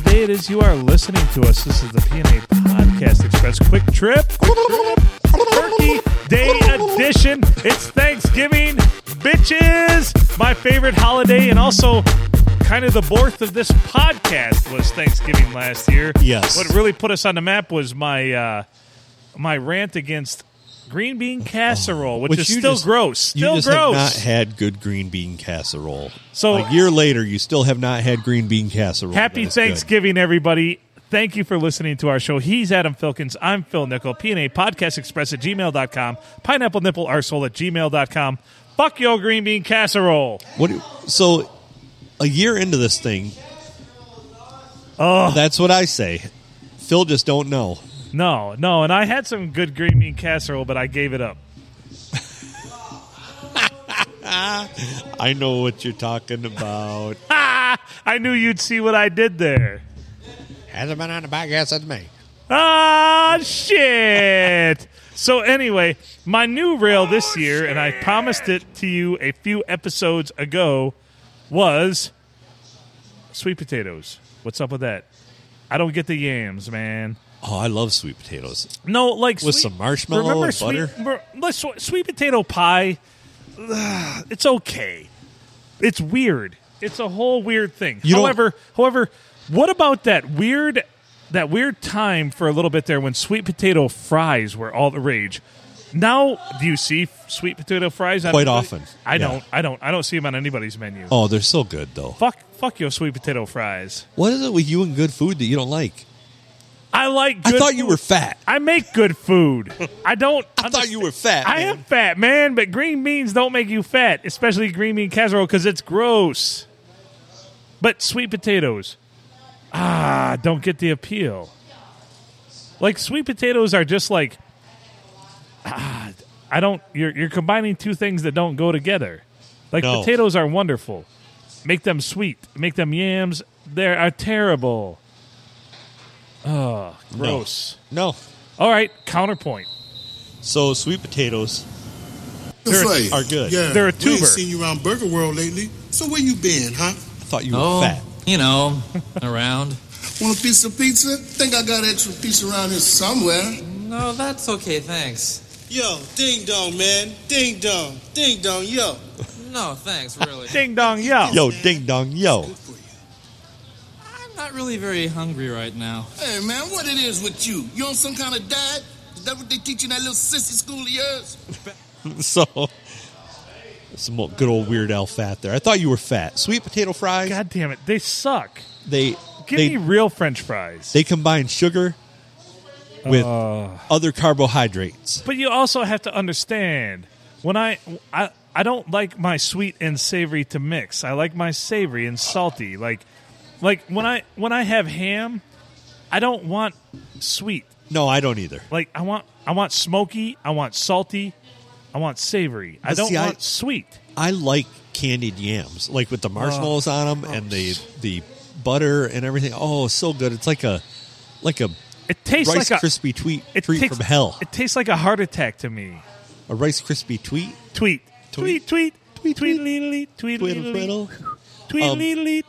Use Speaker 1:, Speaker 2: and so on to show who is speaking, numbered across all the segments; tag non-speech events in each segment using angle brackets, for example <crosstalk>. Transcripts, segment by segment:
Speaker 1: day it is you are listening to us. This is the PNA Podcast Express Quick Trip Turkey Day Edition. It's Thanksgiving, bitches. My favorite holiday, and also kind of the birth of this podcast was Thanksgiving last year.
Speaker 2: Yes.
Speaker 1: What really put us on the map was my uh, my rant against green bean casserole, which,
Speaker 2: Oh, Which
Speaker 1: is
Speaker 2: you
Speaker 1: still
Speaker 2: just-
Speaker 1: gross.
Speaker 2: You
Speaker 1: Still
Speaker 2: just
Speaker 1: gross.
Speaker 2: have not had good green bean casserole.
Speaker 1: So-
Speaker 2: a year later, you still have not had green bean casserole.
Speaker 1: Happy
Speaker 2: That is good.
Speaker 1: Thanksgiving, everybody. Thank you for listening to our show. He's Adam Filkins. I'm Phil Nickel. PNA Podcast Express at gmail.com. Pineapple Nipple Arsehole at gmail.com. Fuck your green bean casserole.
Speaker 2: What? do- So, a year into this thing, oh, that's what I say. Phil just don't know.
Speaker 1: No, no. And I had some good green bean casserole, but I gave it up. <laughs>
Speaker 2: I know what you're talking about.
Speaker 1: Ah, I knew you'd see what I did there.
Speaker 2: <laughs> Hasn't been on the podcast since May.
Speaker 1: Ah, shit. so, anyway, my new rail this year, and I promised it to you a few episodes ago, was sweet potatoes. What's up with that? I don't get the yams, man.
Speaker 2: Oh, I love sweet potatoes.
Speaker 1: No, like
Speaker 2: With
Speaker 1: sweet-
Speaker 2: some marshmallow
Speaker 1: remember
Speaker 2: and butter?
Speaker 1: Sweet, mer- like, swe- sweet potato pie. ugh, It's okay. It's weird. It's a whole weird thing.
Speaker 2: You don't-
Speaker 1: however, however, what about that weird that weird time for a little bit there when sweet potato fries were all the rage? Now, do you see f- sweet potato fries on
Speaker 2: Quite
Speaker 1: anybody-
Speaker 2: often,
Speaker 1: I
Speaker 2: yeah.
Speaker 1: don't. I don't. I don't see them on anybody's menu.
Speaker 2: Oh, they're so good though.
Speaker 1: Fuck, fuck your sweet potato fries.
Speaker 2: What is it with you and good food that you don't like?
Speaker 1: I like.
Speaker 2: I
Speaker 1: good
Speaker 2: thought you
Speaker 1: food.
Speaker 2: were fat.
Speaker 1: I make good
Speaker 2: <laughs>
Speaker 1: food. I don't.
Speaker 2: I thought you were fat.
Speaker 1: I
Speaker 2: man.
Speaker 1: am fat, man, but green beans don't make you fat, especially green bean casserole because it's gross. But sweet potatoes, ah, don't get the appeal. Like sweet potatoes are just like, ah, I don't. You're you're combining two things that don't go together. Like
Speaker 2: No.
Speaker 1: potatoes are wonderful, make them sweet, make them yams. They are terrible. Oh, gross.
Speaker 2: No.
Speaker 1: All right, counterpoint.
Speaker 2: So sweet potatoes.
Speaker 1: They're-
Speaker 3: Say,
Speaker 2: are good.
Speaker 3: Yeah,
Speaker 1: They're a
Speaker 3: We ain't
Speaker 1: tuber.
Speaker 3: seen you around Burger World lately. So where you been, huh?
Speaker 2: I thought you were
Speaker 4: Oh,
Speaker 2: fat.
Speaker 4: you know, <laughs> around.
Speaker 3: Want a piece of pizza? Think I got extra pizza around here somewhere.
Speaker 4: No, that's okay, thanks.
Speaker 5: Yo, ding dong, man. Ding dong. Ding dong, yo.
Speaker 4: No, thanks,
Speaker 6: <laughs>
Speaker 4: really.
Speaker 1: Ding dong, yo.
Speaker 2: Yo, ding dong, yo.
Speaker 4: I'm not really very hungry right now.
Speaker 3: Hey man, what it is with you? You on some kind of diet? Is that what they teach in that little sissy school of yours?
Speaker 2: <laughs> So, some old- good old Weird Al fat there. I thought you were fat. Sweet potato fries.
Speaker 1: God damn it, they suck.
Speaker 2: They
Speaker 1: Give
Speaker 2: they
Speaker 1: me real French fries.
Speaker 2: they combine sugar with
Speaker 1: Uh.
Speaker 2: other carbohydrates.
Speaker 1: but you also have to understand when I, I I don't like my sweet and savory to mix. I like my savory and salty. Like like when I when I have ham, I don't want sweet.
Speaker 2: No, I don't either.
Speaker 1: Like I want I want smoky, I want salty, I want savory. I
Speaker 2: But
Speaker 1: don't
Speaker 2: see, I-
Speaker 1: want sweet.
Speaker 2: I like candied yams, like
Speaker 1: Uh.
Speaker 2: with the marshmallows on them and the the butter and everything. Oh, so good! It's like a like a
Speaker 1: It tastes
Speaker 2: Rice
Speaker 1: like a
Speaker 2: Krispie tweet
Speaker 1: it
Speaker 2: treat
Speaker 1: takes-
Speaker 2: from hell.
Speaker 1: It tastes like a heart attack to me.
Speaker 2: a Rice Krispie tweet.
Speaker 1: Tweet. Tweet
Speaker 2: Tweet.
Speaker 1: tweet tweet
Speaker 2: Tweet, tweet. Um,
Speaker 1: tweet tweet
Speaker 2: Twiddle,
Speaker 1: tweet
Speaker 2: twiddle.
Speaker 1: tweet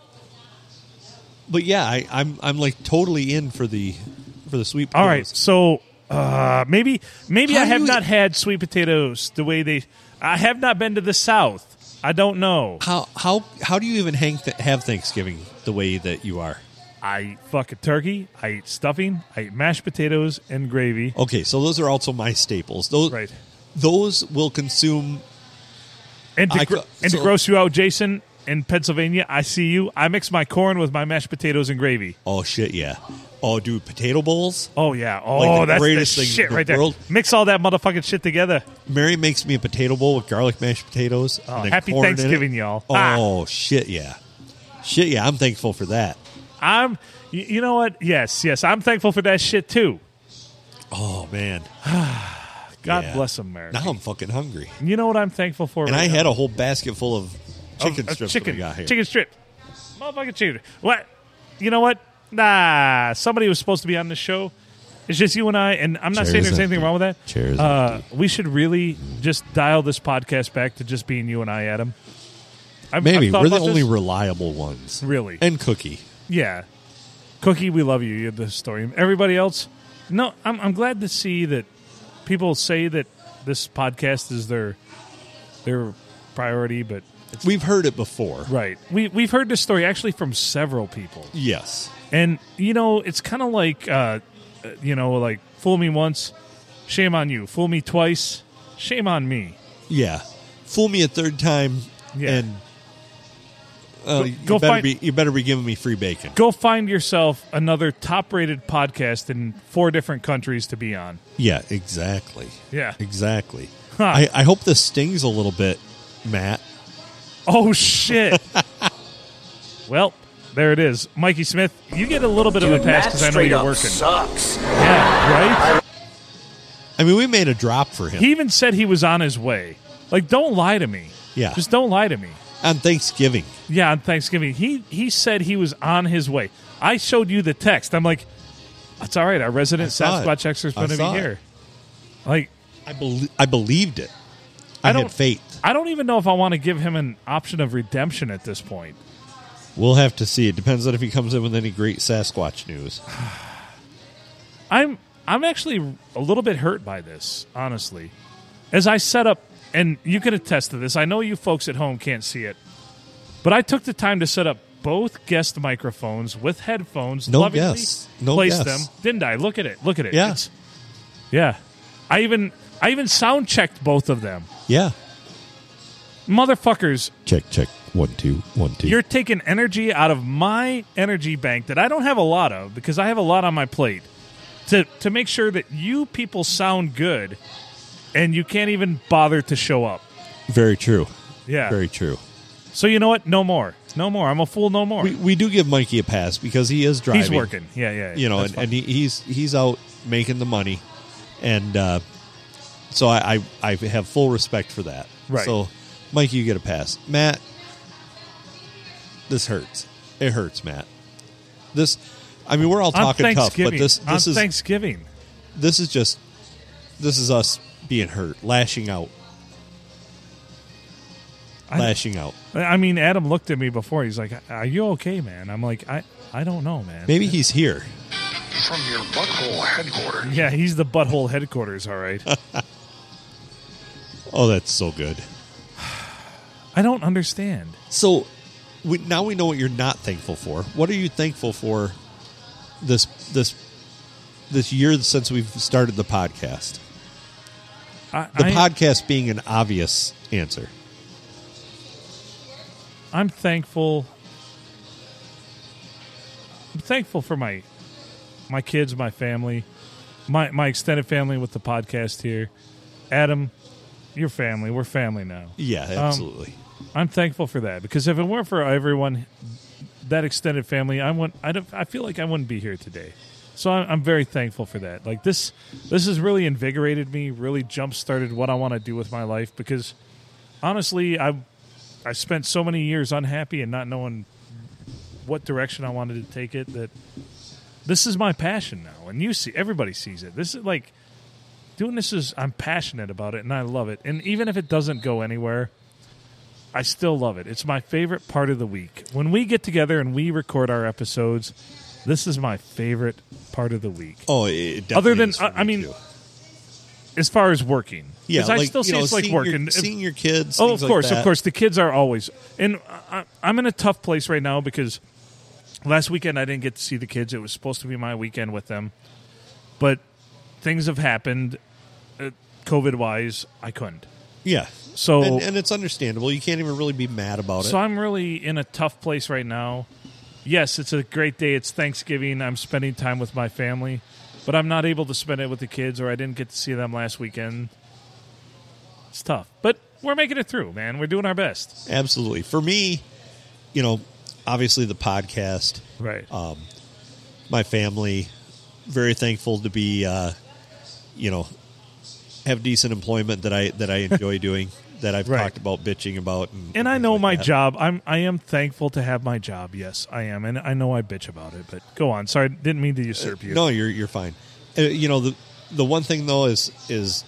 Speaker 2: But yeah, I, I'm I'm like totally in for the for the sweet.
Speaker 1: All right,
Speaker 2: potatoes.
Speaker 1: so uh, maybe maybe
Speaker 2: How
Speaker 1: I
Speaker 2: do
Speaker 1: have
Speaker 2: you-
Speaker 1: not had sweet potatoes the way they. I have not been to the South. I don't know.
Speaker 2: How how how do you even hang th- have Thanksgiving the way that you are?
Speaker 1: I eat fucking turkey. I eat stuffing. I eat mashed potatoes and gravy.
Speaker 2: Okay, so those are also my staples. Those
Speaker 1: Right.
Speaker 2: those will consume.
Speaker 1: And to,
Speaker 2: I
Speaker 1: gr-
Speaker 2: co-
Speaker 1: and to
Speaker 2: so-
Speaker 1: gross you out, Jason, in Pennsylvania, I see you. I mix my corn with my mashed potatoes and gravy.
Speaker 2: Oh shit, yeah. Oh, dude, potato bowls.
Speaker 1: Oh yeah. Oh,
Speaker 2: Like the
Speaker 1: that's
Speaker 2: greatest
Speaker 1: the
Speaker 2: thing in
Speaker 1: shit
Speaker 2: the
Speaker 1: right there.
Speaker 2: world.
Speaker 1: Mix all that motherfucking shit together.
Speaker 2: Mary makes me a potato bowl with garlic mashed potatoes.
Speaker 1: Oh,
Speaker 2: and then
Speaker 1: happy
Speaker 2: corn in it.
Speaker 1: Thanksgiving, y'all. Ah.
Speaker 2: Oh shit, yeah. Shit, yeah. I'm thankful for that.
Speaker 1: I'm. y- You know what? Yes, yes. I'm thankful for that shit too.
Speaker 2: Oh man,
Speaker 1: God
Speaker 2: Yeah.
Speaker 1: bless America.
Speaker 2: now I'm fucking hungry.
Speaker 1: You know what I'm thankful for?
Speaker 2: And
Speaker 1: right
Speaker 2: I
Speaker 1: now?
Speaker 2: had a whole basket full of
Speaker 1: Of-
Speaker 2: chicken
Speaker 1: of
Speaker 2: strips
Speaker 1: chicken,
Speaker 2: that we got here.
Speaker 1: Chicken strip. Motherfucking chicken. What? You know what? Nah. Somebody was supposed to be on the show. It's just you and I, and I'm not
Speaker 2: Chair
Speaker 1: saying
Speaker 2: is
Speaker 1: there's anything
Speaker 2: empty.
Speaker 1: wrong with that.
Speaker 2: Chair is
Speaker 1: uh, we should really just dial this podcast back to just being you and I, Adam. I've,
Speaker 2: Maybe
Speaker 1: I've thought
Speaker 2: we're the
Speaker 1: about
Speaker 2: only
Speaker 1: this.
Speaker 2: reliable ones.
Speaker 1: Really?
Speaker 2: And Cookie.
Speaker 1: yeah. Cookie, we love you. You're the story. Everybody else, no, I'm, I'm glad to see that people say that this podcast is their their priority, but
Speaker 2: We've heard it before.
Speaker 1: right. We we've heard this story actually from several people.
Speaker 2: Yes.
Speaker 1: And you know, it's kind of like uh, uh, you know, like fool me once, shame on you. Fool me twice, shame on me.
Speaker 2: Yeah. Fool me a third time,
Speaker 1: Yeah.
Speaker 2: and uh, you
Speaker 1: go
Speaker 2: better
Speaker 1: find-
Speaker 2: be you better be giving me free bacon.
Speaker 1: Go find yourself another top-rated podcast in four different countries to be on.
Speaker 2: Yeah, exactly.
Speaker 1: Yeah.
Speaker 2: Exactly.
Speaker 1: Huh.
Speaker 2: I, I hope this stings a little bit, Matt.
Speaker 1: Oh shit. well, there it is. Mikey Smith, you get a little bit of a pass because I know you're working.
Speaker 7: Sucks.
Speaker 1: Yeah, right?
Speaker 2: I mean, we made a drop for him
Speaker 1: He even said he was on his way. Like, don't lie to me.
Speaker 2: Yeah.
Speaker 1: Just don't lie to me.
Speaker 2: on Thanksgiving.
Speaker 1: Yeah, on Thanksgiving. He he said he was on his way. I showed you the text. I'm like, it's all right, our resident
Speaker 2: I saw it.
Speaker 1: Sasquatch expert's
Speaker 2: I
Speaker 1: gonna be
Speaker 2: saw it.
Speaker 1: here. Like
Speaker 2: I bel I believed it. I,
Speaker 1: I don't-
Speaker 2: had faith.
Speaker 1: I don't even know if I want to give him an option of redemption at this point.
Speaker 2: We'll have to see. It depends on if he comes in with any great Sasquatch news.
Speaker 1: I'm I'm actually a little bit hurt by this, honestly. As I set up, and you can attest to this. I know you folks at home can't see it, but I took the time to set up both guest microphones with headphones.
Speaker 2: No
Speaker 1: lovingly
Speaker 2: guess. No
Speaker 1: placed
Speaker 2: guess.
Speaker 1: them, didn't I? Look at it. Look at it.
Speaker 2: Yeah.
Speaker 1: It's- yeah. I even I even sound checked both of them.
Speaker 2: Yeah.
Speaker 1: Motherfuckers,
Speaker 2: Check check one two one two.
Speaker 1: you're taking energy out of my energy bank that I don't have a lot of because I have a lot on my plate to to make sure that you people sound good and you can't even bother to show up.
Speaker 2: very true.
Speaker 1: Yeah.
Speaker 2: Very true.
Speaker 1: So you know what? No more. No more. I'm a fool no more.
Speaker 2: We, we do give Mikey a pass because he is driving.
Speaker 1: He's working. Yeah, yeah. yeah.
Speaker 2: you know,
Speaker 1: That's
Speaker 2: and,
Speaker 1: fine.
Speaker 2: and he, he's he's out making the money, and uh, so I, I I have full respect for that.
Speaker 1: Right.
Speaker 2: So, Mike, you get a pass. Matt, this hurts. It hurts, Matt. This, I mean, we're all
Speaker 1: on
Speaker 2: talking tough, but
Speaker 1: Thanksgiving.
Speaker 2: this this
Speaker 1: on
Speaker 2: is
Speaker 1: Thanksgiving.
Speaker 2: this is just this is us being hurt, lashing out,
Speaker 1: I-
Speaker 2: lashing out.
Speaker 1: I mean, Adam looked at me before. He's like, "Are you okay, man?" I'm like, "I I don't know, man."
Speaker 2: Maybe he's here.
Speaker 8: From your butthole headquarters.
Speaker 1: Yeah, he's the butthole headquarters. All
Speaker 2: <laughs>
Speaker 1: right.
Speaker 2: Oh, that's so good.
Speaker 1: I don't understand.
Speaker 2: So we, now we know what you're not thankful for. What are you thankful for this this this year since we've started the podcast?
Speaker 1: I,
Speaker 2: The
Speaker 1: I-
Speaker 2: podcast being an obvious answer.
Speaker 1: I'm thankful. I'm thankful for my my kids, my family, my my extended family with the podcast here. Adam, your family, we're family now.
Speaker 2: Yeah, absolutely.
Speaker 1: I'm thankful for that because if it weren't for everyone, that extended family, I wouldn't. I don't. I feel like I wouldn't be here today. So I'm, I'm very thankful for that. Like this, this has really invigorated me. Really jump started what I want to do with my life because honestly, I I spent so many years unhappy and not knowing what direction I wanted to take it. That this is my passion now, and you see, everybody sees it. This is like doing this is I'm passionate about it and I love it. And even if it doesn't go anywhere. I still love it. It's my favorite part of the week. When we get together and we record our episodes, this is my favorite part of the week.
Speaker 2: oh, it definitely
Speaker 1: Other than-
Speaker 2: is for
Speaker 1: I- I
Speaker 2: me,
Speaker 1: mean,
Speaker 2: too.
Speaker 1: As far as working, 'Cause
Speaker 2: yeah,
Speaker 1: I
Speaker 2: like,
Speaker 1: still see
Speaker 2: you know,
Speaker 1: it's like
Speaker 2: seeing your-
Speaker 1: working. If-
Speaker 2: seeing your kids.
Speaker 1: oh, of
Speaker 2: things like
Speaker 1: course,
Speaker 2: that.
Speaker 1: of course, the kids are always. And I, I'm in a tough place right now because last weekend I didn't get to see the kids. It was supposed to be my weekend with them, but things have happened, uh, COVID wise. I couldn't.
Speaker 2: Yeah,
Speaker 1: So
Speaker 2: and, and it's understandable. You can't even really be mad about it.
Speaker 1: So I'm really in a tough place right now. Yes, it's a great day. It's Thanksgiving. I'm spending time with my family, but I'm not able to spend it with the kids, or I didn't get to see them last weekend. It's tough, but we're making it through, man. We're doing our best.
Speaker 2: Absolutely. For me, you know, obviously the podcast.
Speaker 1: Right.
Speaker 2: my family. Very thankful to be, uh, you know, have decent employment that I that I
Speaker 1: <laughs>
Speaker 2: enjoy doing. That I've
Speaker 1: Right.
Speaker 2: talked about bitching about, and,
Speaker 1: and I
Speaker 2: things
Speaker 1: know
Speaker 2: like
Speaker 1: my
Speaker 2: that.
Speaker 1: job. I'm I am thankful to have my job. Yes, I am, and I know I bitch about it. But go on. Sorry, didn't mean to usurp you.
Speaker 2: No, you're you're fine. Uh, you know the the one thing though is is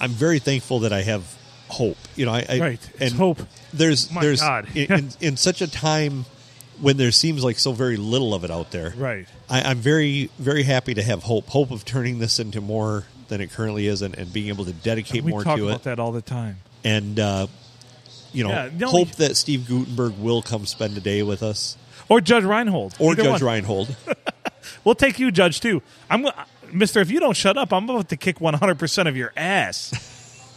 Speaker 2: I'm very thankful that I have hope. You know, I, I
Speaker 1: Right. It's
Speaker 2: and
Speaker 1: hope.
Speaker 2: There's
Speaker 1: My
Speaker 2: there's
Speaker 1: God.
Speaker 2: in, in in such a time when there seems like so very little of it out there.
Speaker 1: Right.
Speaker 2: I, I'm very, very happy to have hope. Hope of turning this into more than it currently is and, and being able to dedicate
Speaker 1: We
Speaker 2: more
Speaker 1: talk
Speaker 2: to
Speaker 1: about
Speaker 2: it.
Speaker 1: that all the time.
Speaker 2: And, uh, you know,
Speaker 1: Yeah, no,
Speaker 2: hope
Speaker 1: we-
Speaker 2: that Steve Gutenberg will come spend a day with us
Speaker 1: Or Judge Reinhold.
Speaker 2: or
Speaker 1: Either
Speaker 2: Judge
Speaker 1: one. <laughs>
Speaker 2: Reinhold.
Speaker 1: We'll take you, Judge, too. I'm, go- Mister. If you don't shut up, I'm about to kick 100 percent of your ass.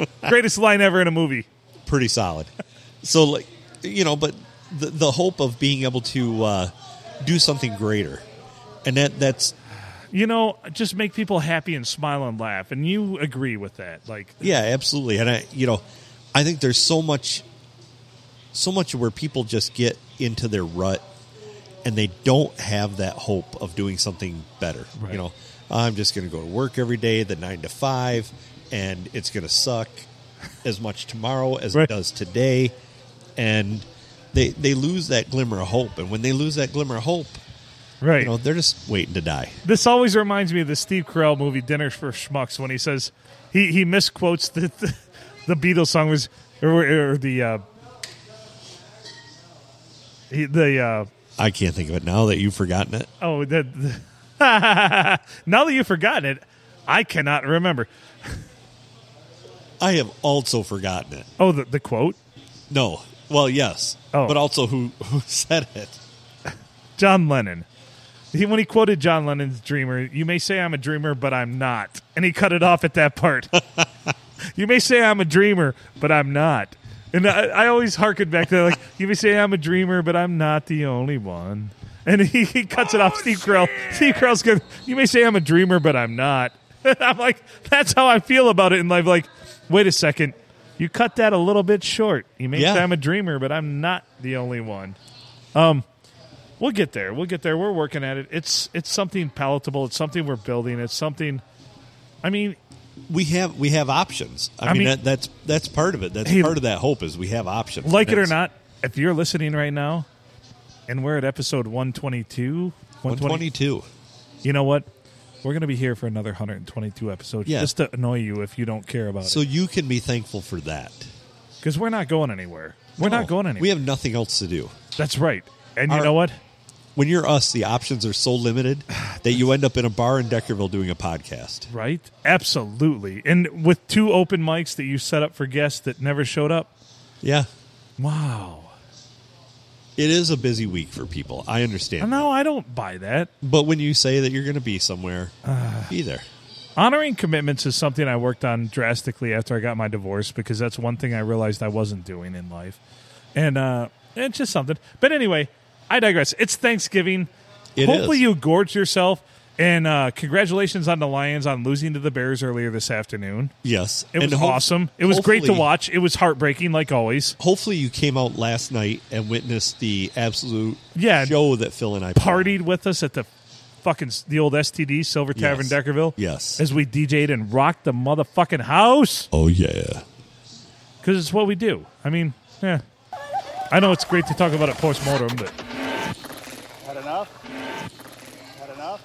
Speaker 1: <laughs> Greatest line ever in a movie.
Speaker 2: Pretty solid. So, like, you know, but the, the hope of being able to uh, do something greater. And that that's
Speaker 1: You know, just make people happy and smile and laugh. And you agree with that, like
Speaker 2: Yeah, absolutely. And I, you know, I think there's so much, so much where people just get into their rut and they don't have that hope of doing something better.
Speaker 1: Right.
Speaker 2: You know, I'm just going to go to work every day, the nine to five, and it's going to suck as much tomorrow as
Speaker 1: Right.
Speaker 2: it does today. And they, they lose that glimmer of hope. And when they lose that glimmer of hope,
Speaker 1: right.
Speaker 2: you know, they're just waiting to die.
Speaker 1: This always reminds me of the Steve Carell movie Dinner for Schmucks when he says he, he misquotes the, the the Beatles song was or, or the uh, he, the uh,
Speaker 2: I can't think of it now that you've forgotten it.
Speaker 1: oh the, the <laughs> now that you've forgotten it I cannot remember
Speaker 2: I have also forgotten it.
Speaker 1: oh the, the quote
Speaker 2: No. Well, yes.
Speaker 1: Oh.
Speaker 2: But also who <laughs> who said it?
Speaker 1: John Lennon he, when he quoted John Lennon's Dreamer you may say I'm a dreamer but I'm not and he cut it off at that part <laughs> you may say I'm a dreamer, but I'm not. And I, I always harken back to that, like you may say I'm a dreamer, but I'm not the only one. And he, he cuts it off. Steve Carell. Steve Carell's good. You may say I'm a dreamer, but I'm not. <laughs> I'm like that's how I feel about it in life. Like, wait a second, you cut that a little bit short. You may
Speaker 2: Yeah.
Speaker 1: say I'm a dreamer, but I'm not the only one. Um, we'll get there. We'll get there. We're working at it. It's it's something palatable. It's something we're building. It's something. I mean,
Speaker 2: We have we have options. I,
Speaker 1: I
Speaker 2: mean,
Speaker 1: mean-
Speaker 2: that, that's that's part of it. That's
Speaker 1: Hey,
Speaker 2: part of that hope is we have options.
Speaker 1: like it or
Speaker 2: That's-
Speaker 1: not, if you're listening right now and we're at episode 122, 120,
Speaker 2: 122.
Speaker 1: you know what? We're going to be here for another 122 episodes
Speaker 2: Yeah.
Speaker 1: just to annoy you if you don't care about
Speaker 2: So
Speaker 1: it.
Speaker 2: you can be thankful for that.
Speaker 1: Because we're not going anywhere. We're
Speaker 2: No,
Speaker 1: not going anywhere.
Speaker 2: We have nothing else to do.
Speaker 1: That's right. And
Speaker 2: Our-
Speaker 1: you know what?
Speaker 2: When you're us, the options are
Speaker 1: <sighs>
Speaker 2: so limited
Speaker 1: Ah,
Speaker 2: that you end up in a bar in Deckerville doing a podcast.
Speaker 1: Right? Absolutely. And with two open mics that you set up for guests that never showed up.
Speaker 2: Yeah.
Speaker 1: Wow.
Speaker 2: It is a busy week for people. I understand.
Speaker 1: No, I don't buy that.
Speaker 2: But when you say that you're going to be somewhere,
Speaker 1: Ah.
Speaker 2: be there.
Speaker 1: Honoring commitments is something I worked on drastically after I got my divorce because that's one thing I realized I wasn't doing in life. And uh, it's just something. But anyway, I digress. It's Thanksgiving.
Speaker 2: It
Speaker 1: Hopefully,
Speaker 2: is.
Speaker 1: you gorge yourself. And uh, congratulations on the Lions on losing to the Bears earlier this afternoon.
Speaker 2: Yes.
Speaker 1: It was
Speaker 2: And hope-
Speaker 1: awesome. It was great to
Speaker 2: hopefully-
Speaker 1: watch. It was heartbreaking, like always.
Speaker 2: hopefully you came out last night and witnessed the absolute
Speaker 1: Yeah.
Speaker 2: show that Phil and I put on.
Speaker 1: Partied with us at the fucking the old STD Silver Tavern
Speaker 2: Yes.
Speaker 1: Deckerville.
Speaker 2: Yes.
Speaker 1: as we DJ'd and rocked the motherfucking house.
Speaker 2: Oh yeah.
Speaker 1: because it's what we do. I mean, yeah. I know it's great to talk about it post mortem, but
Speaker 7: Had enough? Had enough?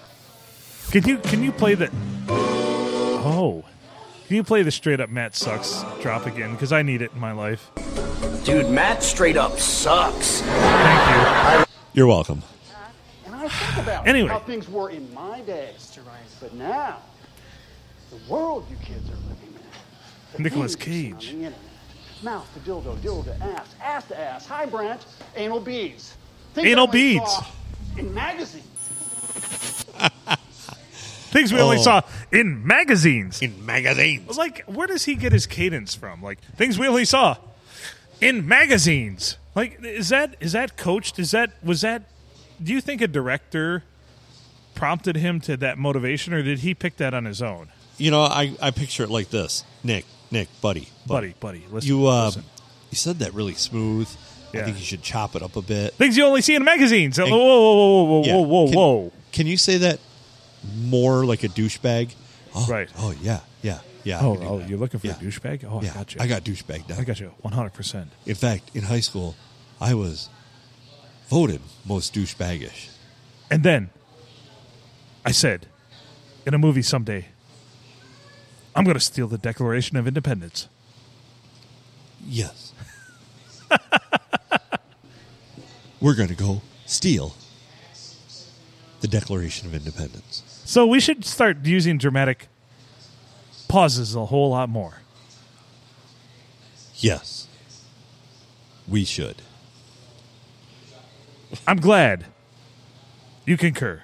Speaker 1: can you can you play the? Oh, can you play the straight up Matt sucks drop again? Because I need it in my life.
Speaker 9: Dude, Matt straight up sucks.
Speaker 1: Thank
Speaker 2: You're welcome.
Speaker 7: And I think about
Speaker 1: Anyway.
Speaker 7: how things were in my day. But now, the world you kids are living in. The
Speaker 1: Nicolas
Speaker 7: things on
Speaker 1: Cage.
Speaker 7: the internet. Mouth to dildo, dildo to ass, ass to ass. Hi, Brant. Anal beads. Things
Speaker 1: Anal
Speaker 7: I only
Speaker 1: beads.
Speaker 7: saw In magazines.
Speaker 1: you. Things we only
Speaker 2: Oh.
Speaker 1: saw in magazines.
Speaker 2: In magazines.
Speaker 1: Like, where does he get his cadence from? Like things we only saw in magazines. Like, is that is that coached? Is that was that? Do you think a director prompted him to that motivation, or did he pick that on his own?
Speaker 2: You know, I, I picture it like this. Nick, Nick, buddy.
Speaker 1: buddy, buddy. Listen,
Speaker 2: You uh
Speaker 1: listen.
Speaker 2: you said that really smooth. I
Speaker 1: Yeah.
Speaker 2: think you should chop it up a bit.
Speaker 1: things you only see in magazines. whoa,
Speaker 2: And-
Speaker 1: whoa, whoa, whoa, whoa,
Speaker 2: Yeah.
Speaker 1: whoa, whoa,
Speaker 2: Can-
Speaker 1: whoa.
Speaker 2: Can you say that more like a douchebag? Oh,
Speaker 1: Right.
Speaker 2: Oh yeah, yeah, yeah. I
Speaker 1: Oh,
Speaker 2: can do
Speaker 1: oh,
Speaker 2: that.
Speaker 1: you're looking for
Speaker 2: yeah.
Speaker 1: a douchebag? Oh,
Speaker 2: Yeah,
Speaker 1: I got you.
Speaker 2: I got douchebag down.
Speaker 1: I got you. One hundred percent.
Speaker 2: In fact, in high school, I was voted most douchebaggish.
Speaker 1: And then I said, in a movie someday, I'm going to steal the Declaration of Independence.
Speaker 2: Yes. <laughs> we're going to go steal the Declaration of Independence.
Speaker 1: So we should start using dramatic pauses a whole lot more.
Speaker 2: Yes, we should.
Speaker 1: I'm glad you concur.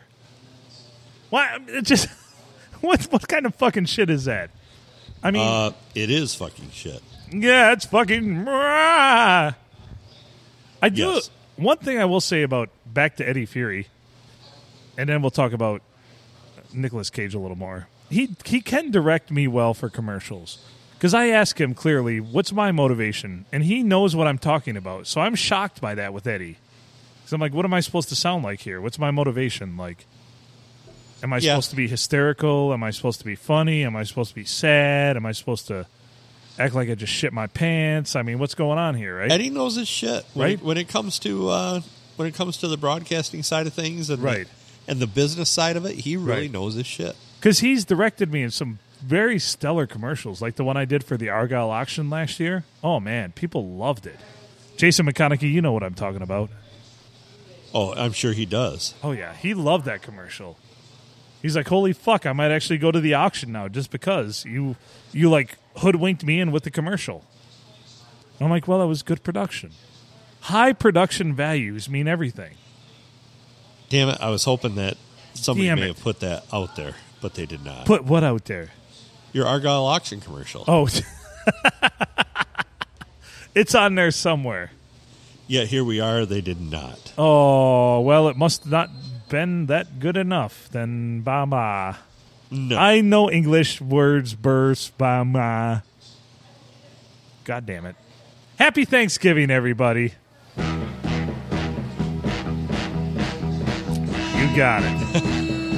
Speaker 1: Why? It just <laughs> what what kind of fucking shit is that? I mean,
Speaker 2: Uh, it is fucking shit.
Speaker 1: yeah, it's fucking. I do
Speaker 2: Yes.
Speaker 1: one thing I will say about back to Eddie Fury, and then we'll talk about Nicolas Cage a little more. He he can direct me well for commercials because I ask him clearly what's my motivation, and he knows what I'm talking about. So I'm shocked by that with Eddie. Because I'm like, what am I supposed to sound like here? What's my motivation? Like, am I
Speaker 2: Yeah.
Speaker 1: supposed to be hysterical? Am I supposed to be funny? Am I supposed to be sad? Am I supposed to act like I just shit my pants? I mean, what's going on here, right?
Speaker 2: Eddie knows his shit when,
Speaker 1: Right.
Speaker 2: when it comes to uh, when it comes to the broadcasting side of things and
Speaker 1: Right.
Speaker 2: the, and the business side of it. He really
Speaker 1: Right.
Speaker 2: knows his shit.
Speaker 1: Because he's directed me in some very stellar commercials, like the one I did for the Argyle auction last year. Oh, man, people loved it. Jason McConaughey, you know what I'm talking about.
Speaker 2: Oh, I'm sure he does.
Speaker 1: Oh, yeah, he loved that commercial. He's like, holy fuck, I might actually go to the auction now just because you, you like hoodwinked me in with the commercial. And I'm like, well, that was good production. High production values mean everything.
Speaker 2: Damn it! I was hoping that somebody
Speaker 1: Damn
Speaker 2: may
Speaker 1: it.
Speaker 2: have put that out there, but they did not.
Speaker 1: Put what out there?
Speaker 2: Your Argyle auction commercial.
Speaker 1: Oh, <laughs> it's on there somewhere.
Speaker 2: Yet here we are. They did not.
Speaker 1: Oh, well, it must not been that good enough. Then, bama.
Speaker 2: No.
Speaker 1: I know English words, burst, bama. God damn it. Happy Thanksgiving, everybody. You got it.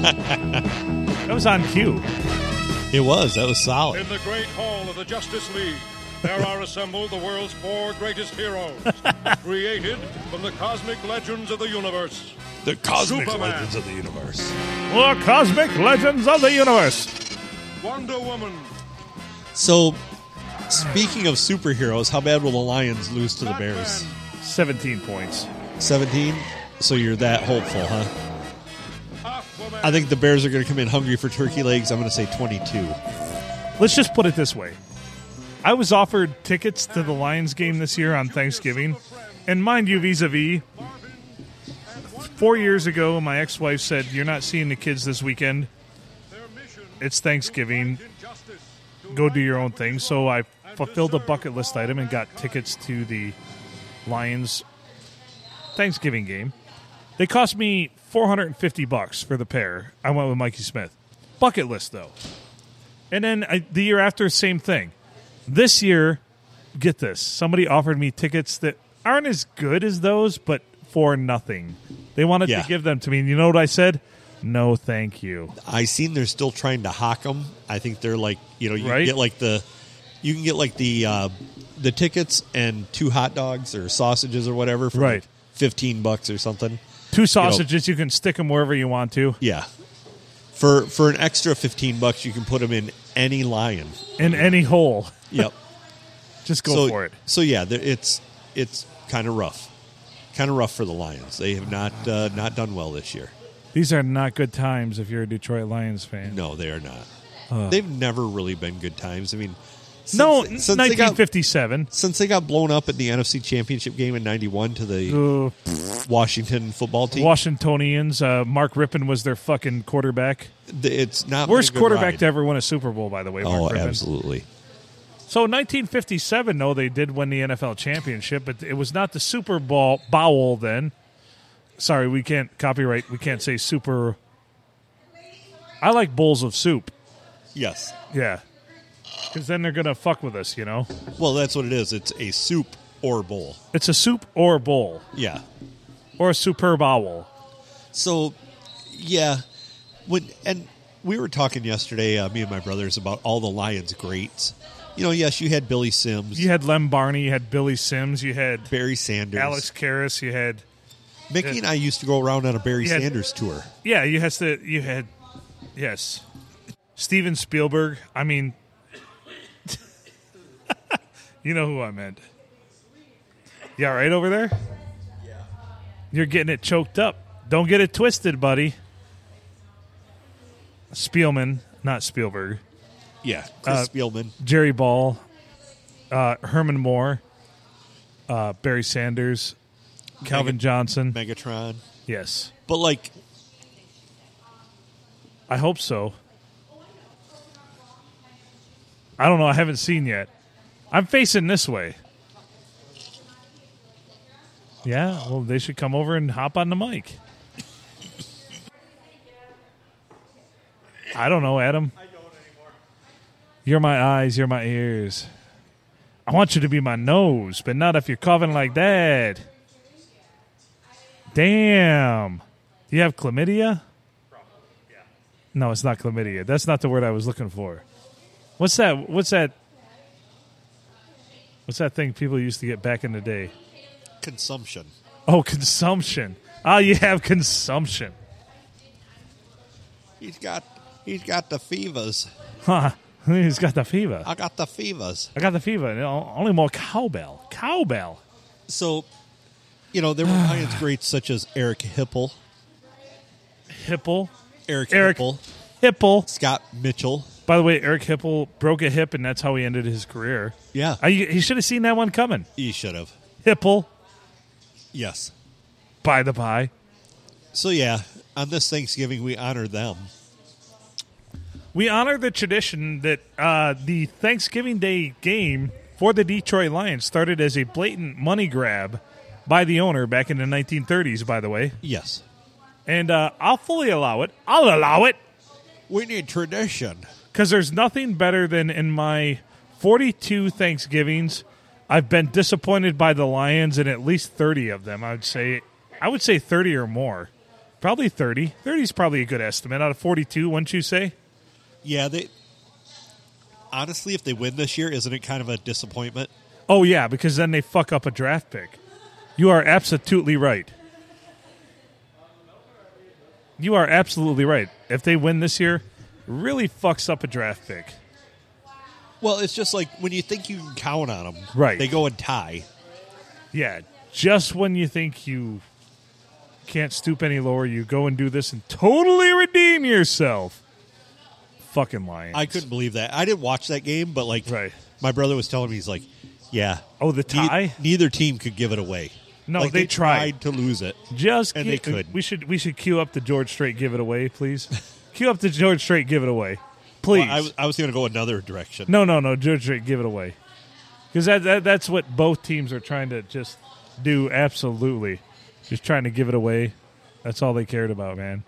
Speaker 1: that was on cue.
Speaker 2: it was. That was solid.
Speaker 10: In the great hall of the Justice League, there are assembled the world's four greatest heroes, created from the cosmic legends of the universe.
Speaker 2: The cosmic
Speaker 10: Superman.
Speaker 2: legends of the universe.
Speaker 1: More cosmic legends of the universe.
Speaker 10: Wonder Woman,
Speaker 2: So, speaking of superheroes, how bad will the Lions lose to the
Speaker 10: Batman,
Speaker 2: Bears?
Speaker 1: 17 points.
Speaker 2: 17? So you're that hopeful, huh?
Speaker 10: Aquaman,
Speaker 2: I think the Bears are going to come in hungry for turkey legs. I'm going to say 22.
Speaker 1: Let's just put it this way. I was offered tickets to the Lions game this year on Thanksgiving. And mind you, vis a vis, four years ago, my ex wife said, You're not seeing the kids this weekend.
Speaker 10: their mission
Speaker 1: It's Thanksgiving.
Speaker 10: to justice.
Speaker 1: Go do your own thing. So I fulfilled a bucket list item and got tickets to the Lions Thanksgiving game. They cost me 450 bucks for the pair. I went with Mikey Smith. Bucket list though. And then I, the year after same thing. This year, get this. Somebody offered me tickets that aren't as good as those but for nothing. They wanted
Speaker 2: Yeah.
Speaker 1: to give them to me. And you know what I said? No, thank you.
Speaker 2: I seen they're still trying to hawk them. I think they're like, you know, you
Speaker 1: Right.
Speaker 2: can get like the, you can get like the, uh, the tickets and two hot dogs or sausages or whatever for
Speaker 1: Right.
Speaker 2: 15 bucks or something.
Speaker 1: Two sausages you can stick them wherever you want to.
Speaker 2: Yeah. For, for an extra 15 bucks, you can put them in
Speaker 1: <laughs>
Speaker 2: any lion.
Speaker 1: in any hole. <laughs>
Speaker 2: Yep.
Speaker 1: Just go
Speaker 2: so,
Speaker 1: for it.
Speaker 2: So yeah, there- it's it's kind of rough, kind of rough for the Lions. They have not uh, not done well this year.
Speaker 1: These are not good times if you're a Detroit Lions fan.
Speaker 2: No, they are not. They've never really been good times. I mean, since,
Speaker 1: No,
Speaker 2: since they got
Speaker 1: 1957.
Speaker 2: since they got blown up at the NFC Championship game in '91 to the
Speaker 1: Uh,
Speaker 2: Washington football team,
Speaker 1: Washingtonians. Uh, Mark Rippon was their fucking quarterback.
Speaker 2: th- it's not been a
Speaker 1: Worst
Speaker 2: good
Speaker 1: quarterback
Speaker 2: ride.
Speaker 1: to ever win a Super Bowl, by the way. Mark
Speaker 2: Oh,
Speaker 1: Rippon.
Speaker 2: absolutely.
Speaker 1: So 1957, though they did win the NFL championship, but it was not the Super Bowl Bowl then. Sorry, we can't copyright. We can't say Super. I like bowls of soup.
Speaker 2: Yes.
Speaker 1: Yeah, because then they're gonna fuck with us, you know.
Speaker 2: Well, that's what it is. It's a soup or bowl.
Speaker 1: It's a soup or a bowl.
Speaker 2: Yeah.
Speaker 1: or a superb owl.
Speaker 2: So, yeah, when and we were talking yesterday, uh, me and my brothers, about all the Lions greats. You know, yes, you had Billy Sims,
Speaker 1: You had Lem Barney, you had Billy Sims, you had
Speaker 2: Barry Sanders,
Speaker 1: Alex Karras, you had
Speaker 2: Mickey, and I used to go around on a Barry
Speaker 1: Yeah.
Speaker 2: Sanders tour.
Speaker 1: yeah, you has to you had yes, Steven Spielberg. I mean, <laughs> you know who I meant. You all right over there? You're getting it choked up. Don't get it twisted, buddy. Spielman, not Spielberg.
Speaker 2: Yeah,
Speaker 1: Uh,
Speaker 2: Chris Spielman.
Speaker 1: Jerry Ball, uh, Herman Moore, uh, Barry Sanders, Calvin
Speaker 2: Megan-
Speaker 1: Johnson.
Speaker 2: Megatron.
Speaker 1: Yes,
Speaker 2: But like,
Speaker 1: I hope so. I don't know. I haven't seen yet. I'm facing this way. Yeah, well, they should come over and hop on the mic. I don't know, Adam. You're my eyes, you're my ears. I want you to be my nose, but not if you're coughing like that. Damn. Do you have chlamydia? No, it's not chlamydia. That's not the word I was looking for. What's that? What's that? What's that thing people used to get back in the day?
Speaker 2: consumption.
Speaker 1: Oh, consumption. Ah, you have consumption.
Speaker 2: He's got he's got the fevers.
Speaker 1: Huh. <laughs> He's got the fever.
Speaker 2: I got the fevers.
Speaker 1: I got the fever. and o- Only more cowbell. Cowbell.
Speaker 2: So, you
Speaker 1: <sighs>
Speaker 2: know, there were Lions greats such as Eric Hipple,
Speaker 1: Hipple.
Speaker 2: Eric,
Speaker 1: Eric-
Speaker 2: Hipple,
Speaker 1: Hipple.
Speaker 2: Scott Mitchell.
Speaker 1: By the way, Eric Hipple broke a hip, and that's how he ended his career.
Speaker 2: Yeah.
Speaker 1: I, he should have seen that one coming.
Speaker 2: He should have.
Speaker 1: Hipple,
Speaker 2: Yes.
Speaker 1: by the by.
Speaker 2: So yeah, on this Thanksgiving we honor them.
Speaker 1: We honor the tradition that uh, the Thanksgiving Day game for the Detroit Lions started as a blatant money grab by the owner back in the 1930s, by the way.
Speaker 2: Yes.
Speaker 1: And uh, I'll fully allow it. I'll allow it
Speaker 2: We need tradition.
Speaker 1: because there's nothing better than in my 42 Thanksgivings, I've been disappointed by the Lions in at least 30 of them. I would say, I would say 30 or more. Probably 30. 30 is probably a good estimate out of 42, wouldn't you say?
Speaker 2: Yeah, they honestly if they win this year, isn't it kind of a disappointment?
Speaker 1: Oh yeah, because then they fuck up a draft pick. You are absolutely right. You are absolutely right. If they win this year, really fucks up a draft pick.
Speaker 2: Well, it's just like when you think you can count on them,
Speaker 1: Right.
Speaker 2: They go and tie.
Speaker 1: Yeah, just when you think you can't stoop any lower, you go and do this and totally redeem yourself. Fucking lions.
Speaker 2: I couldn't believe that. I didn't watch that game, but like,
Speaker 1: Right.
Speaker 2: my brother was telling me, he's like, yeah.
Speaker 1: Oh, the
Speaker 2: Ne-
Speaker 1: tie?
Speaker 2: neither team could give it away.
Speaker 1: No,
Speaker 2: Like,
Speaker 1: they tried.
Speaker 2: tried to lose it.
Speaker 1: just
Speaker 2: And
Speaker 1: gi-
Speaker 2: they couldn't.
Speaker 1: We should we should cue up the George Strait give it away, please. cue up the George Strait give it away, please.
Speaker 2: Well, I was, I was going to go another direction.
Speaker 1: No, no, no. George Strait, give it away. Because that, that, that's what both teams are trying to just do, absolutely. Just trying to give it away. That's all they cared about, man.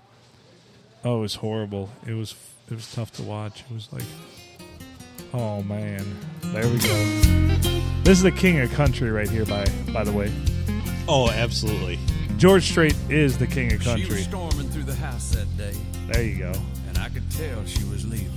Speaker 1: Oh, it was horrible. It was it was tough to watch. It was like, oh man, there we go. This is the king of country right here. By by the way,
Speaker 2: Oh, absolutely.
Speaker 1: George Strait is the king of
Speaker 6: She was
Speaker 1: country.
Speaker 6: storming through the house that day,
Speaker 1: There you go.
Speaker 6: and I could tell she was leaving.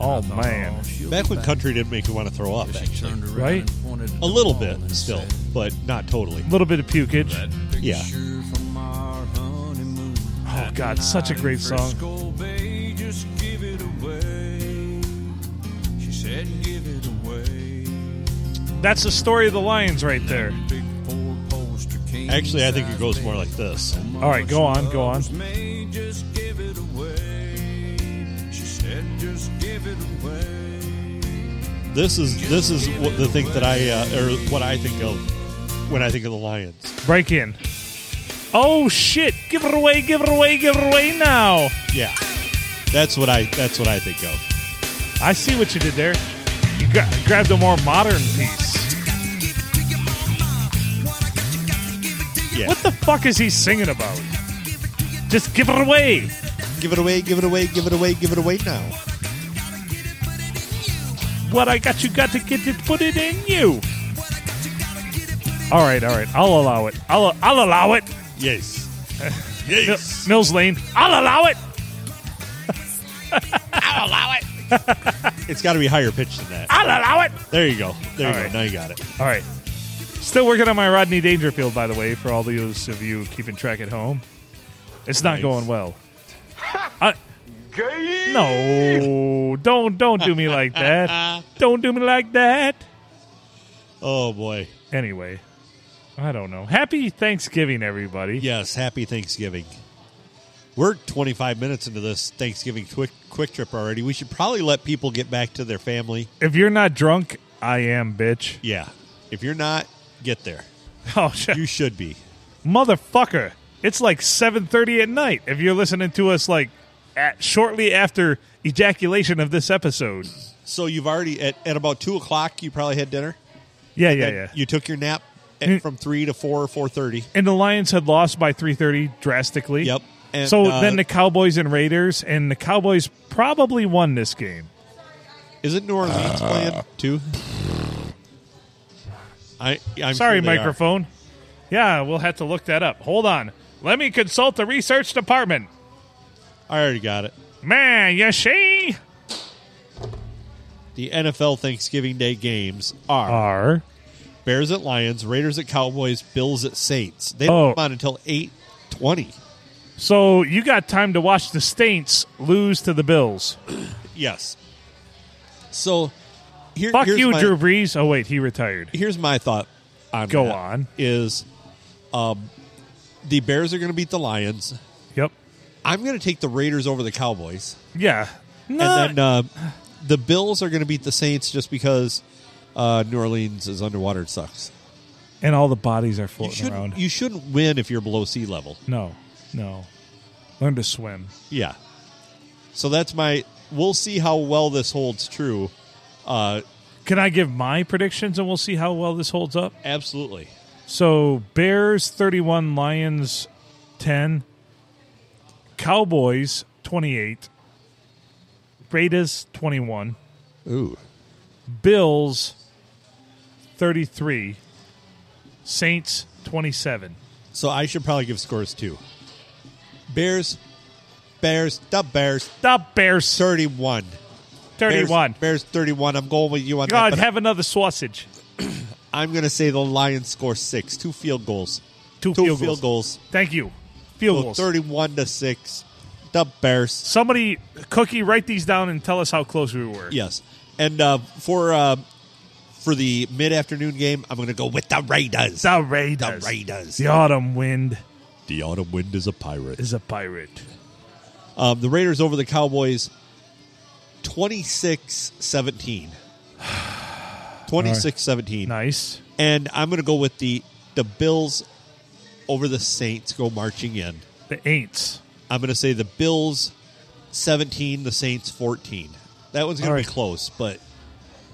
Speaker 1: Oh
Speaker 6: I thought,
Speaker 1: man,
Speaker 6: "Oh, she'll
Speaker 2: Back
Speaker 6: be
Speaker 2: when country didn't make me want to throw up,
Speaker 6: She
Speaker 2: actually.
Speaker 6: turned around
Speaker 1: Right?
Speaker 6: and pointed at
Speaker 2: A
Speaker 6: the
Speaker 2: little
Speaker 6: wall
Speaker 2: bit
Speaker 6: and
Speaker 2: still,
Speaker 6: said,
Speaker 2: but not totally.
Speaker 1: a little bit of pukage.
Speaker 6: That
Speaker 2: Yeah.
Speaker 6: picture from our honeymoon. that
Speaker 1: Oh, God, such a
Speaker 6: night in
Speaker 1: great song.
Speaker 6: Frisco Bay, just give it away. She said, give it away.
Speaker 1: That's the story of the Lions right there.
Speaker 6: Big four-poster king
Speaker 2: Actually, I think it
Speaker 6: size
Speaker 2: goes more
Speaker 6: bed.
Speaker 2: like this.
Speaker 1: All right, go on, go on.
Speaker 6: Love's made, just give it away. She said, just give it away.
Speaker 2: This is this is what the thing that I uh, or what I think of when I think of the Lions.
Speaker 1: Break in. Oh shit! Give it away! Give it away! Give it away now!
Speaker 2: Yeah, that's what I that's what I think of.
Speaker 1: I see what you did there. You gra- grabbed a more modern piece.
Speaker 2: Yeah,
Speaker 1: What the fuck is he singing about? Just give it away.
Speaker 2: give it away, give it away, give it away, give it away now.
Speaker 1: What I got, you got to get it, put it in you. All right, all right. I'll allow it. I'll I'll allow it.
Speaker 2: Yes,
Speaker 1: <laughs> Mil-
Speaker 2: yes.
Speaker 1: Mills Lane. I'll allow it. <laughs>
Speaker 2: It's got to be higher pitched than that.
Speaker 1: I'll allow it.
Speaker 2: There you go. There you
Speaker 1: All
Speaker 2: go.
Speaker 1: right.
Speaker 2: Now you got it.
Speaker 1: All right. Still working on my Rodney Dangerfield, by the way, for all those of you keeping track at home. It's not
Speaker 2: Nice.
Speaker 1: going well. I, no, don't don't do me like that. don't do me like that.
Speaker 2: Oh boy.
Speaker 1: Anyway, I don't know. Happy Thanksgiving, everybody.
Speaker 2: Yes, happy Thanksgiving. We're 25 minutes into this Thanksgiving quick, quick trip already. We should probably let people get back to their family.
Speaker 1: If you're not drunk, I am, bitch. <laughs>
Speaker 2: Yeah. If you're not, get there.
Speaker 1: Oh, shit.
Speaker 2: You should be.
Speaker 1: motherfucker it's like 7.30 at night if you're listening to us like at shortly after ejaculation of this episode
Speaker 2: So you've already, at, at about 2 o'clock, you probably had dinner?
Speaker 1: yeah yeah
Speaker 2: And
Speaker 1: yeah
Speaker 2: You took your nap
Speaker 1: Mm.
Speaker 2: at, from 3 to 4 or 4.30.
Speaker 1: and the lions had lost by 3.30 drastically
Speaker 2: Yep. And,
Speaker 1: so
Speaker 2: uh,
Speaker 1: then the cowboys and raiders and the cowboys probably won this game
Speaker 2: Isn't New Orleans playing, too? I, I'm
Speaker 1: sorry
Speaker 2: sure they are.
Speaker 1: microphone yeah we'll have to look that up hold on let me consult the research department
Speaker 2: I already got it.
Speaker 1: man you see
Speaker 2: The NFL Thanksgiving Day games
Speaker 1: Uh.
Speaker 2: are
Speaker 1: are
Speaker 2: Bears at Lions, Raiders at Cowboys, Bills at Saints. They
Speaker 1: Oh.
Speaker 2: don't come on until 8.20.
Speaker 1: so you got time to watch the saints lose to the bills
Speaker 2: Yes. So here,
Speaker 1: Fuck
Speaker 2: here's
Speaker 1: you,
Speaker 2: my,
Speaker 1: Drew Brees. Oh wait, he retired.
Speaker 2: Here's my thought. On
Speaker 1: Go
Speaker 2: that,
Speaker 1: on.
Speaker 2: Is um, the Bears are going to beat the Lions?
Speaker 1: Yep.
Speaker 2: I'm going to take the Raiders over the Cowboys,
Speaker 1: Yeah. No.
Speaker 2: and then uh, the Bills are going to beat the Saints just because uh, New Orleans is underwater. It sucks.
Speaker 1: and all the bodies are
Speaker 2: You
Speaker 1: floating around.
Speaker 2: shouldn't, you shouldn't win if you're below sea level.
Speaker 1: no. No. Learn to swim.
Speaker 2: Yeah. So that's my. We'll see how well this holds true. Uh,
Speaker 1: Can I give my predictions and we'll see how well this holds up?
Speaker 2: absolutely.
Speaker 1: So Bears thirty one, Lions ten, Cowboys twenty eight, Raiders twenty one,
Speaker 2: Ooh.
Speaker 1: Bills thirty three, Saints twenty seven.
Speaker 2: So I should probably give scores too. Bears, Bears, the Bears,
Speaker 1: The Bears
Speaker 2: thirty-one.
Speaker 1: thirty one.
Speaker 2: Bears, Bears thirty-one. I'm going with you on
Speaker 1: God,
Speaker 2: <laughs> that. but
Speaker 1: have another sausage.
Speaker 2: I'm going to say the Lions score six, two field goals,
Speaker 1: Two,
Speaker 2: two
Speaker 1: field, goals.
Speaker 2: goals.
Speaker 1: Thank you. Field
Speaker 2: So
Speaker 1: goals.
Speaker 2: thirty-one to six. The Bears,
Speaker 1: Somebody, Cookie, write these down and tell us how close we were.
Speaker 2: yes. And uh, for uh, for the mid-afternoon game, I'm going to go with the Raiders.
Speaker 1: The Raiders.
Speaker 2: The Raiders.
Speaker 1: The autumn wind
Speaker 2: The autumn wind is a pirate.
Speaker 1: is a pirate.
Speaker 2: Um, the Raiders over the Cowboys 26 <sighs> 17. 26 17.
Speaker 1: Nice.
Speaker 2: And I'm going to go with the, the Bills over the Saints go marching in.
Speaker 1: The Aints.
Speaker 2: I'm going to say the Bills 17, the Saints 14. That one's going
Speaker 1: All
Speaker 2: to
Speaker 1: right.
Speaker 2: be close, but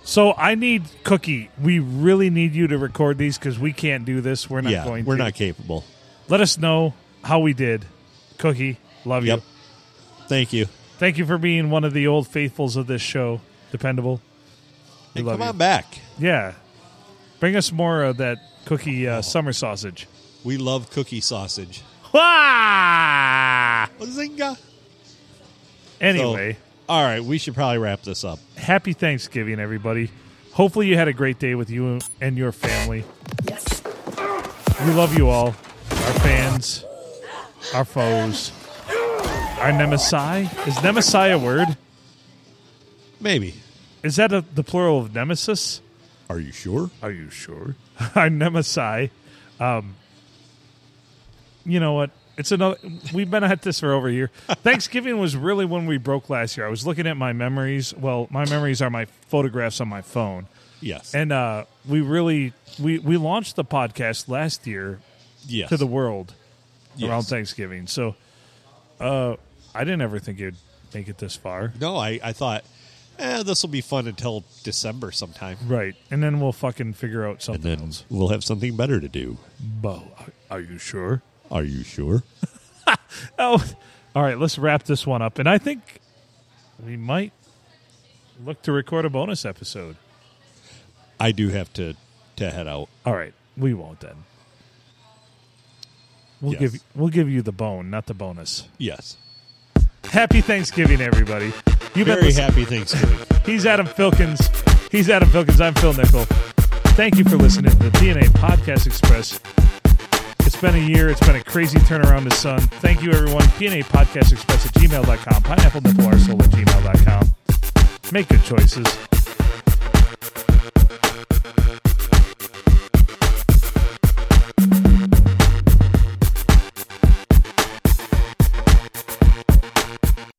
Speaker 1: So I need Cookie. We really need you to record these because we can't do this. We're not
Speaker 2: yeah,
Speaker 1: going.
Speaker 2: we're
Speaker 1: to.
Speaker 2: not capable.
Speaker 1: Let us know how we did. Cookie, love
Speaker 2: Yep.
Speaker 1: you.
Speaker 2: Thank you.
Speaker 1: Thank you for being one of the old faithfuls of this show. Dependable.
Speaker 2: Hey,
Speaker 1: love
Speaker 2: come
Speaker 1: you.
Speaker 2: on back.
Speaker 1: Yeah. Bring us more of that cookie
Speaker 2: Oh.
Speaker 1: uh, summer sausage.
Speaker 2: We love cookie sausage.
Speaker 1: Ah!
Speaker 2: Bazinga. So,
Speaker 1: Anyway,
Speaker 2: all right, we should probably wrap this up.
Speaker 1: happy Thanksgiving, everybody. Hopefully, you had a great day with you and your family. Yes. We love you all, our fans, our foes, our nemesis. Is nemesis a word?
Speaker 2: Maybe.
Speaker 1: Is that a, the plural of nemesis?
Speaker 2: Are you sure?
Speaker 1: Are you sure? <laughs> Our nemesis. Um, you know what? It's another. We've been at this for over a <laughs> year. Thanksgiving was really when we broke last year. I was looking at my memories. Well, my memories are my photographs on my phone,
Speaker 2: Yes.
Speaker 1: and uh, we really we we launched the podcast last year
Speaker 2: yes.
Speaker 1: to the world around
Speaker 2: Yes.
Speaker 1: Thanksgiving. So, uh, I didn't ever think you'd make it this far,
Speaker 2: No, I, I thought, eh, this will be fun until December sometime.
Speaker 1: right? And then we'll fucking figure out something else.
Speaker 2: we'll have something better to do.
Speaker 1: Bo, are you sure?
Speaker 2: Are you sure?
Speaker 1: Oh, all right. Let's wrap this one up, and I think we might look to record a bonus episode.
Speaker 2: I do have to, to head out.
Speaker 1: All right, we won't then. We'll
Speaker 2: Yes.
Speaker 1: give we'll give you the bone, not the bonus.
Speaker 2: Yes.
Speaker 1: Happy Thanksgiving, everybody. You've been
Speaker 2: Very
Speaker 1: listening.
Speaker 2: happy Thanksgiving.
Speaker 1: He's Adam Filkins. He's Adam Filkins. I'm Phil Nickel. Thank you for listening to the DNA Podcast Express. It's been a year. It's been a crazy turnaround to sun. Thank you, everyone. DNA Podcast Express at gmail.com, pineapple nipple arsehole at gmail.com. Make good choices.